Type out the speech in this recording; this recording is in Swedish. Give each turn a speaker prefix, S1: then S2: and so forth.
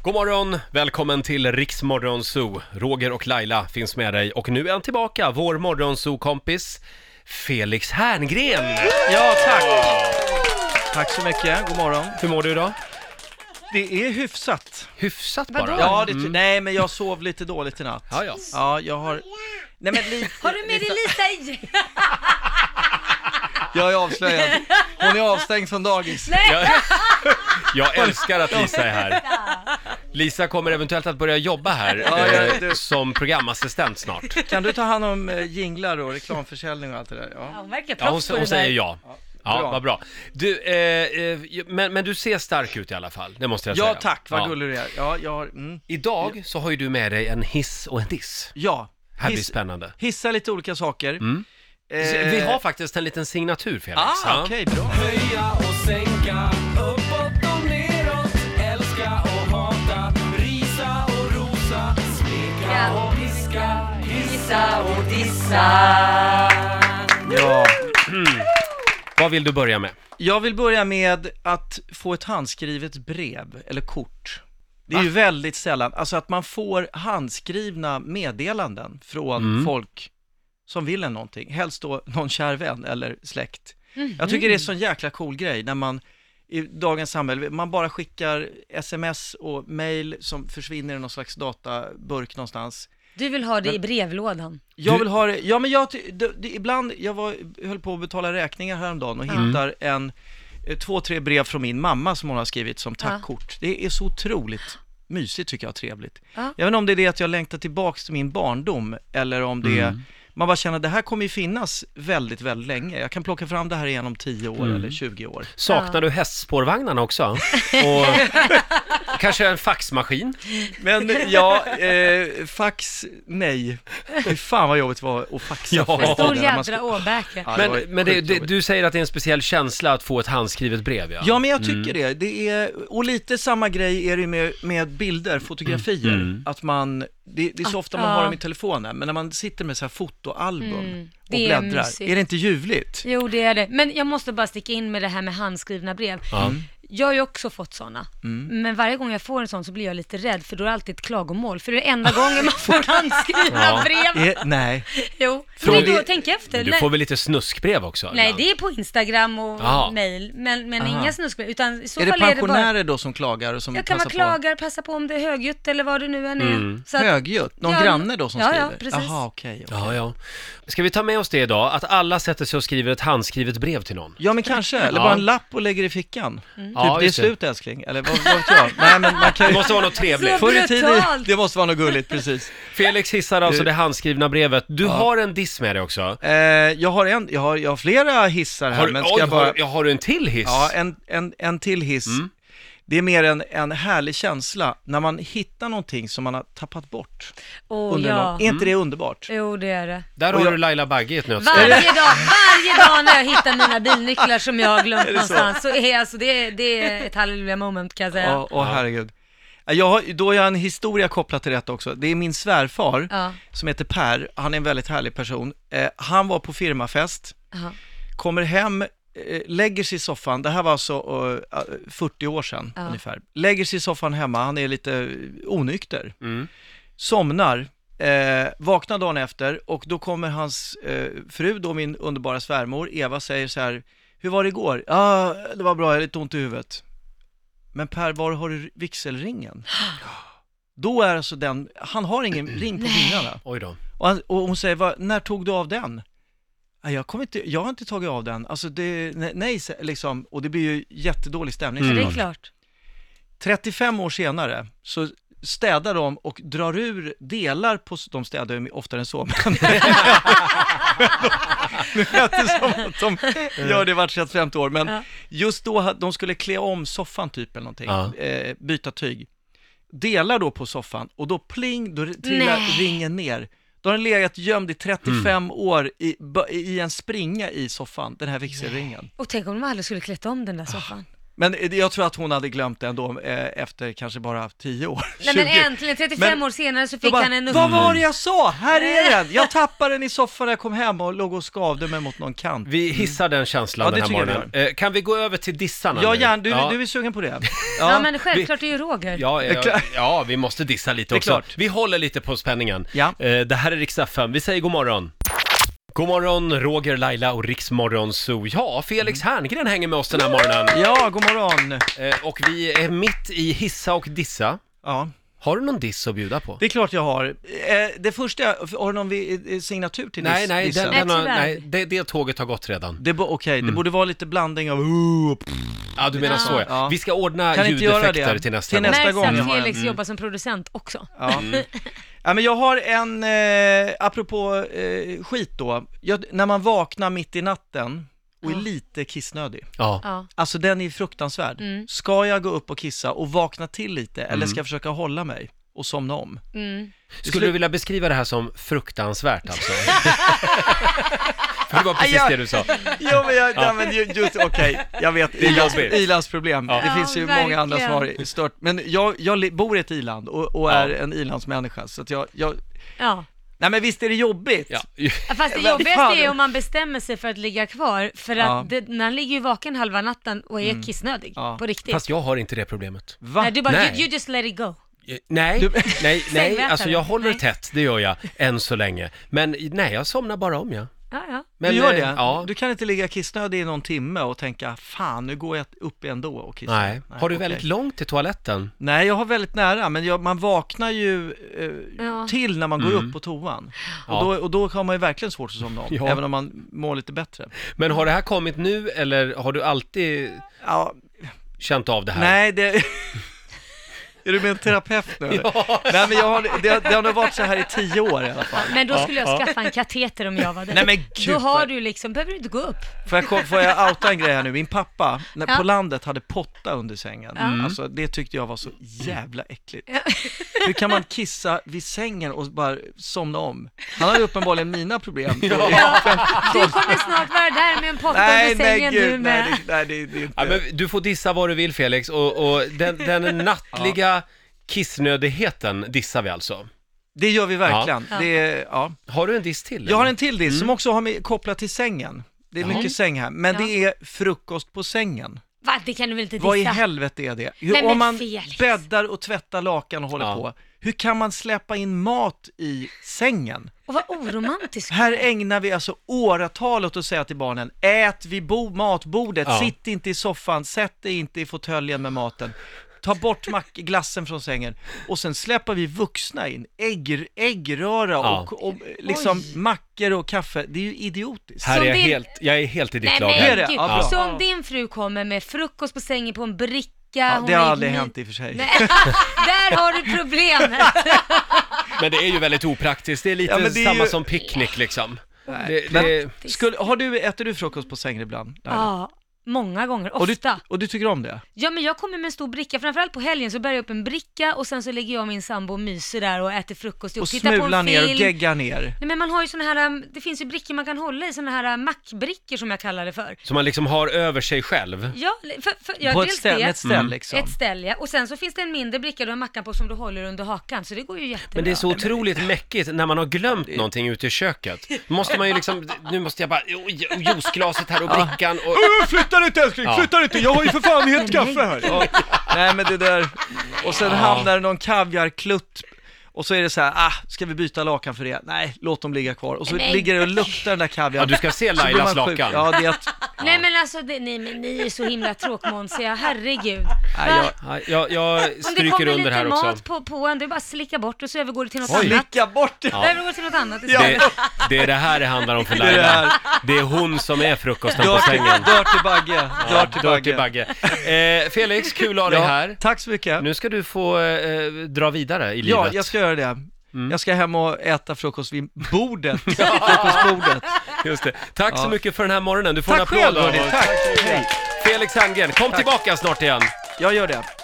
S1: God morgon, välkommen till Riksmorgon Zoo. Roger och Laila finns med dig och nu är han tillbaka, vår morgonzoo-kompis Felix Herngren.
S2: Ja, tack. Tack så mycket. God morgon.
S1: Hur mår du idag?
S2: Det är hyfsat.
S1: Hyfsat bara.
S3: Vadå?
S2: Ja, det, nej, men jag sov lite dåligt i natt.
S1: Mm. Ja, ja.
S2: Ja, jag har... Nej, men lite...
S3: Har du med dig Lisa i?
S2: Jag är avslöjad. Hon är avstängd från dagis.
S1: Jag, jag älskar att Lisa är här. Lisa kommer eventuellt att börja jobba här
S2: Ja, ja,
S1: eh,
S2: du-
S1: som programassistent snart.
S2: Kan du ta hand om eh, jinglar och reklamförsäljning och allt det där?
S3: Ja,
S2: Ja.
S3: hon verkar
S1: Ja, hon,
S3: proffs på
S1: hon
S3: det
S1: säger
S3: där.
S1: ja. Ja,
S2: bra.
S1: vad bra. Du, eh, eh, men, men du ser stark ut i alla fall, det måste jag säga.
S2: Ja, tack.
S1: Ja.
S2: Vad gullig du är. Ja, jag har... Mm.
S1: Idag så har ju du med dig en hiss och en diss.
S2: Ja.
S1: Här blir
S2: Hiss-
S1: spännande. Mm.
S2: hissa lite olika saker. Eh,
S1: Vi har faktiskt en liten signatur, Felix.
S2: Ah,
S1: Ja.
S2: okej, bra.
S4: Höja och sänka, uppåt och neråt, älska och hata, risa och rosa, smeka och piska, hissa och dissa.
S2: Ja.
S1: Vad vill du börja med?
S2: Jag vill börja med att få ett handskrivet brev eller kort. Det är ju väldigt sällan, alltså att man får handskrivna meddelanden från folk som vill en någonting, helst då någon kär vän eller släkt. Jag tycker det är en sån jäkla cool grej när man i dagens samhälle, man bara skickar sms och mail som försvinner i någon slags databurk någonstans.
S3: Du vill ha det i brevlådan.
S2: Jag vill ha det, ja men jag, ty- det, det, ibland, jag var, höll på att betala räkningar häromdagen och
S1: Mm.
S2: hittar en, eh, två, tre brev från min mamma som hon har skrivit som tackkort. Det är så otroligt mysigt tycker jag, och trevligt.
S3: Ja.
S2: Jag vet inte om det är det att jag längtar tillbaks till min barndom eller om det
S1: Mm.
S2: är, man bara känner att det här kommer ju finnas väldigt, väldigt länge. Jag kan plocka fram det här igen om 10 år
S1: Mm.
S2: eller 20 år.
S1: Saknar du hästspårvagnarna också? Och kanske en faxmaskin?
S2: Men ja, eh, fax, nej. Fy fan vad jobbigt det var att faxa.
S1: Ja.
S2: förr i
S3: Stor
S2: tiden när man
S3: jädra åbäke.
S2: Ja, det var
S1: Men, men det,
S2: sjukt
S1: det,
S2: jobbigt.
S1: du säger att det är en speciell känsla att få ett handskrivet brev, ja? mm.
S2: Ja, men jag tycker det. det är, och lite samma grej är det ju med, med bilder,
S1: Mm.
S2: fotografier. Att man, det, det är så ofta man har
S3: ja.
S2: dem i telefonen, men när man sitter med så här fotoalbum
S3: Mm,
S2: och
S3: det är
S2: bläddrar,
S3: mysigt.
S2: är, det inte ljuvligt?
S3: Jo, det är det. Men jag måste bara sticka in med det här med handskrivna brev.
S1: Ja. Mm.
S2: Mm.
S3: Jag har ju också fått sådana. Men varje gång jag får en sån så blir jag lite rädd, för då är det alltid ett klagomål. För det är det enda gången man får handskrivna
S1: Ja.
S3: brev.
S2: Är, nej.
S3: Jo,
S1: Från-
S3: men då, tänk efter.
S1: Men du
S3: Nej.
S1: får väl lite snuskbrev också?
S3: Nej,
S1: ibland?
S3: det är på Instagram och
S1: Ja.
S3: mail, men, men
S2: Aha.
S3: inga snuskbrev. Utan i så
S2: Är det
S3: fall är det bara...
S2: pensionärer då som klagar och som
S3: Jag kan vara
S2: passar på?
S3: klagar, passa på om det är högljutt eller vad det nu än är. Så att-
S2: Högljutt? Någon
S3: Ja,
S2: granne då som
S3: ja, ja,
S2: skriver?
S3: precis.
S2: Jaha, okej. okej.
S1: Ja, ja. Ska vi ta med oss det idag? Att alla sätter sig och skriver ett handskrivet brev till någon?
S2: Ja men kanske, eller
S1: Ja.
S2: bara en lapp och lägger i fickan.
S3: Mm.
S2: Typ,
S1: Ja,
S2: det är
S1: just det.
S2: slut älskling, eller vad, vad vet jag? Nej men man kan
S1: Det
S2: ju...
S1: måste vara något trevligt.
S3: Så-
S2: Förr i tiden,
S3: Brutalt.
S2: det måste vara något gulligt, precis.
S1: Felix hissar alltså det handskrivna brevet. Du har en diss med dig också.
S2: Eh, jag, har en, jag, har, jag har flera hissar här,
S1: Har, du-
S2: men ska
S1: oj,
S2: jag bara...
S1: har, har du Mm. en till hiss?
S2: Ja, en, en, en till hiss. Det är mer en, en härlig känsla när man hittar någonting som man har tappat bort.
S3: Åh
S2: Under
S3: Oh, ja. Mm.
S2: någon- Är inte det underbart?
S3: Jo, det är det.
S1: Där har
S2: och jag-
S1: du Laila Bagge i ett nötskal.
S3: Varje dag, varje dag när jag hittar mina bilnycklar som jag har glömt någonstans så är alltså, det, är- det är ett halleluja moment kan jag säga.
S2: Åh, åh, herregud. Jag har, då har jag en historia kopplat till detta också. Det är min svärfar
S3: Ja.
S2: som heter Per. Han är en väldigt härlig person. Eh, han var på firmafest,
S3: Jaha.
S2: kommer hem, eh, lägger sig i soffan. Det här var alltså eh, 40 år sedan
S3: Ja.
S2: ungefär. Lägger sig i soffan hemma. Han är lite eh, onykter.
S1: Mm.
S2: somnar, eh, vaknar dagen efter och då kommer hans eh, fru, då min underbara svärmor, Eva, säger så här, hur var det igår? Ja, ah, det var bra, jag har lite ont i huvudet. Men Per, var har du vigselringen? Då är alltså den, han har ingen ring på fingrarna.
S1: Oj då.
S2: Och, han, och hon säger, "Vad- när tog du av den? "Nej, Jag, kommer inte, jag har inte tagit av den, alltså det, nej, nej, sä- liksom, och det blir ju jättedålig stämning.
S3: Det är
S2: såklart.
S3: klart.
S2: 35 år senare så städar de och drar ur delar på, de städar ju oftare än så, men nu lät det som att de gör det vart 35 år, men
S3: Ja.
S2: just då, ha- de skulle klä om soffan typ eller någonting,
S1: Ja.
S2: eh, byta tyg, delar då på soffan och då pling, då trillar
S3: Nej.
S2: ringen ner. Då har den legat gömd i 35 år i, bö- i en springa i soffan, den här vigselringen.
S3: Och tänk om de aldrig skulle klätt om den där soffan.
S2: Men jag tror att hon hade glömt det ändå eh, efter kanske bara 10 år, 20.
S3: Nej men äntligen, 35
S2: Men-
S3: år senare så
S2: Då
S3: fick
S2: bara,
S3: han en upp...
S2: Vad var det jag sa? Här är den! Jag tappade den i soffan när jag kom hem och låg och skavde mig mot någon kant.
S1: Vi hissar den känslan
S2: Ja, det
S1: den här
S2: tycker jag vi
S1: morgonen. Eh, kan vi gå över till dissarna
S2: Ja,
S1: nu?
S2: Jan, du,
S1: ja.
S2: du är sugen på det?
S3: Ja men självklart, det är ju Roger.
S1: Ja,
S2: är
S1: ja,
S2: klart.
S1: ja, vi måste dissa lite
S2: är
S1: också.
S2: klart.
S1: Vi håller lite på spänningen.
S2: Ja.
S1: Eh, det här är Rix FM. Vi säger god morgon. God morgon, Roger, Laila och Riksmorgon Zoo. Ja, Felix Herngren hänger med oss den här morgonen.
S2: Ja, god morgon.
S1: Eh, och vi är mitt i hissa och dissa.
S2: Ja,
S1: Har du någon diss att bjuda på?
S2: det är klart jag har. Eh, Det första, har du någon vi- eh, signatur till
S1: Nej,
S2: diss-
S1: nej,
S2: dissen?
S1: den, den Mm. har,
S3: Nej,
S1: nej
S3: tyvärr.
S1: det, det tåget har gått redan.
S2: Det bo- Okej, det borde vara lite blandning av ooh, pff,
S1: Ja, du menar
S3: Ja.
S1: så ja.
S2: Ja.
S1: Vi ska ordna
S2: Kan inte göra
S1: ljudeffekter
S2: det.
S1: till nästa
S2: Till
S1: gång. Mm.
S2: nästa-
S3: Märks
S2: gång jag
S3: att
S2: har en,
S3: Felix jobbar som producent också.
S2: ja. ja, men jag har en, eh, apropå eh, skit då. Jag, när man vaknar mitt i natten och är
S3: Ja.
S2: lite kissnödig.
S1: Ja.
S3: Ja.
S2: Alltså den är ju fruktansvärd.
S3: Mm.
S2: Ska jag gå upp och kissa och vakna till lite eller ska jag försöka hålla mig och somna om?
S3: Mm.
S1: Mm. Skulle du vilja beskriva det här som fruktansvärt alltså? För det var precis
S2: Ja.
S1: det du sa.
S2: Jo men jag, nej, men ju- just, okej, jag vet,
S1: är
S2: i-lands-
S1: jobbigt.
S2: i-landsproblem.
S1: Ja.
S2: Det finns ju
S3: Ja,
S2: många andra som
S3: verkligen.
S2: har stört, men jag, jag li- bor i ett i-land och, och är en i-landsmänniska så att jag, jag,
S3: ja.
S2: nej men visst är det jobbigt?
S1: Ja.
S3: Fast det
S2: Men
S3: jobbigaste
S2: fan.
S3: är om man bestämmer sig för att ligga kvar, för att
S2: Ja. Mm.
S3: det, man ligger ju vaken halva natten och är kissnödig,
S2: Ja.
S3: på riktigt.
S1: Fast jag har inte det problemet.
S2: Va?
S3: Nej, du bara,
S1: Nej.
S3: You, you just let it go.
S1: Eh, Nej, nej, nej,
S3: Sängmätare.
S1: alltså jag håller
S3: Nej.
S1: tätt, det gör jag, än så länge. Men nej, jag somnar bara om jag.
S3: Ja, ja.
S1: Men,
S2: du gör
S1: eh,
S2: det?
S1: Ja.
S2: Du kan inte ligga kissnödig i någon timme och tänka, fan nu går jag upp ändå och kissar.
S1: Nej. Har du
S2: okej.
S1: väldigt långt till toaletten?
S2: Nej, jag har väldigt nära, men jag, man vaknar ju eh,
S3: Ja.
S2: till när man går upp på toan.
S1: Mm. Ja.
S2: Och, då, och då har man ju verkligen svårt att somna om,
S1: Ja.
S2: även om man mår lite bättre.
S1: Men har det här kommit nu eller har du alltid
S2: Ja,
S1: känt av det här?
S2: nej, det... Är du med en terapeut nu? eller?
S1: Ja.
S2: Nej, men jag har, det, det har nog varit så här i tio år i alla fall.
S3: Men då skulle jag skaffa en kateter om jag var där.
S2: Nej, men gud,
S3: då har
S2: vad-
S3: du liksom, behöver du inte gå upp.
S2: Får jag, kom- får jag outa en grej här nu? Min pappa, när,
S3: Ja.
S2: på landet, hade potta under sängen. Alltså, det tyckte jag var så jävla äckligt. Hur kan man kissa vid sängen och bara somna om? Han hade uppenbarligen mina problem.
S3: Du kommer snart vara där med en potta
S2: Nej,
S3: under
S2: nej,
S3: sängen du
S2: gud,
S3: med.
S2: nej, det, nej, det, det är inte...
S1: Ja, men du får dissa vad du vill Felix och, och den, den nattliga kissnödigheten dissar vi alltså.
S2: Det gör vi verkligen.
S3: Ja.
S2: Det är, ja.
S1: Har du en diss till?
S2: Jag har
S1: eller?
S2: en till diss som också har med, kopplat till sängen. Det är
S1: Jaha.
S2: mycket säng här, men
S3: Ja.
S2: det är frukost på sängen.
S3: Va, det kan du väl inte
S2: Vad i
S3: dissa?
S2: helvete är det? Hur,
S3: Nej, men liksom.
S2: om man
S3: Felix.
S2: bäddar och tvättar lakan och håller
S1: Ja.
S2: på, hur kan man släppa in mat i sängen?
S3: Och vad oromantisk.
S2: Här ägnar vi alltså åratal åt att säga till barnen, ät vid bo- matbordet,
S1: Ja.
S2: sitt inte i soffan, sätt dig inte i fåtöljen med maten. Ta bort mack- glassen från sängen och sen släpper vi vuxna in. Ägg, äggröra
S1: Ja.
S2: och, och liksom mackor och kaffe. Det är ju idiotiskt.
S1: Här är
S3: Som
S1: jag,
S3: din-
S1: helt, jag är helt i ditt
S3: Nej
S1: lag
S3: men
S1: här.
S2: det?
S3: gud,
S2: Ja, bra.
S3: så om din fru kommer med frukost på sängen på en bricka,
S2: Ja,
S3: hon
S2: det har
S3: är
S2: aldrig
S3: ny-
S2: hänt i och för sig.
S3: Nej, där har du problemet.
S1: Men det är ju väldigt opraktiskt, det är lite
S2: Ja, men det är
S1: samma
S2: ju-
S1: som picknick liksom. Det,
S2: Men-
S1: det...
S2: Skulle, har du, äter du frukost på sängen ibland? Laila?
S3: Ja, många gånger,
S2: och, du,
S3: ofta.
S2: och du tycker om det?
S3: Ja men jag kommer med en stor bricka, framförallt på helgen så bär jag upp en bricka och sen så lägger jag och min sambo och myser där och äter frukost ihop.
S2: Och
S3: Tittar på
S2: smular
S3: en
S2: ner och
S3: film.
S2: geggar ner?
S3: Nej men man har ju såna här, um, det finns ju brickor man kan hålla i, såna här uh, mackbrickor som jag kallar det för.
S1: Som man liksom har över sig själv.
S3: Ja, för, för, ja
S2: på ett
S3: dels
S2: ställe,
S3: det.
S2: ett ställe liksom?
S3: Ett ställ ja, och sen så finns det en mindre bricka du har mackan på som du håller under hakan, så det går ju jättebra.
S1: Men det är så otroligt mäckigt när man har glömt någonting ute i köket. Då måste man ju liksom, nu måste jag bara, oj, och juiceglaset här och brickan och...
S2: Äh, Flytta inte älskling,
S1: Ja.
S2: flytta inte, jag har ju för fan helt kaffe här. Ja. Nej men det där, och sen hamnar det någon kaviarklutt och så är det så här, ah, ska vi byta lakan för det? Nej, låt dem ligga kvar. Och så
S3: Nej.
S2: ligger det och luktar den där
S1: Ja,
S2: kaviaren.
S1: du ska se
S2: Så blir man
S1: Lailas
S2: sjuk.
S1: lakan.
S2: Ja, det är att,
S3: Nej men alltså, det, nej men ni är så himla tråkmånsiga, herregud.
S2: nej, jag,
S1: Ja, Jag, jag
S3: Om det kommer
S1: stryker under
S3: lite
S1: här också.
S3: mat på, på en, det är bara att slicka bort och så övergår det till något annat.
S2: slicka bort det.
S3: Ja. Övergår till något annat istället.
S1: Det, det är det här det handlar om för
S2: är det
S1: Laila.
S2: här.
S1: Det är hon som är frukosten på
S2: Dirty,
S1: sängen.
S2: dirty bagge,
S1: Ja,
S2: dirty
S1: Dirty
S2: bagge.
S1: Bagge. Eh, Felix, kul att ha dig
S2: Ja,
S1: här.
S2: tack så mycket.
S1: Nu ska du få eh, dra vidare i livet.
S2: Ja, jag ska göra det. Jag ska hem och äta frukost vid bordet, frukostbordet.
S1: Just det. Tack så
S2: Ja.
S1: mycket för den här morgonen. Du får
S2: Tack
S1: en applåd
S2: själv
S1: av
S2: hörni,
S1: oss.
S2: tack. Hej.
S1: Felix Herngren, kom tillbaka snart igen.
S2: Jag gör det.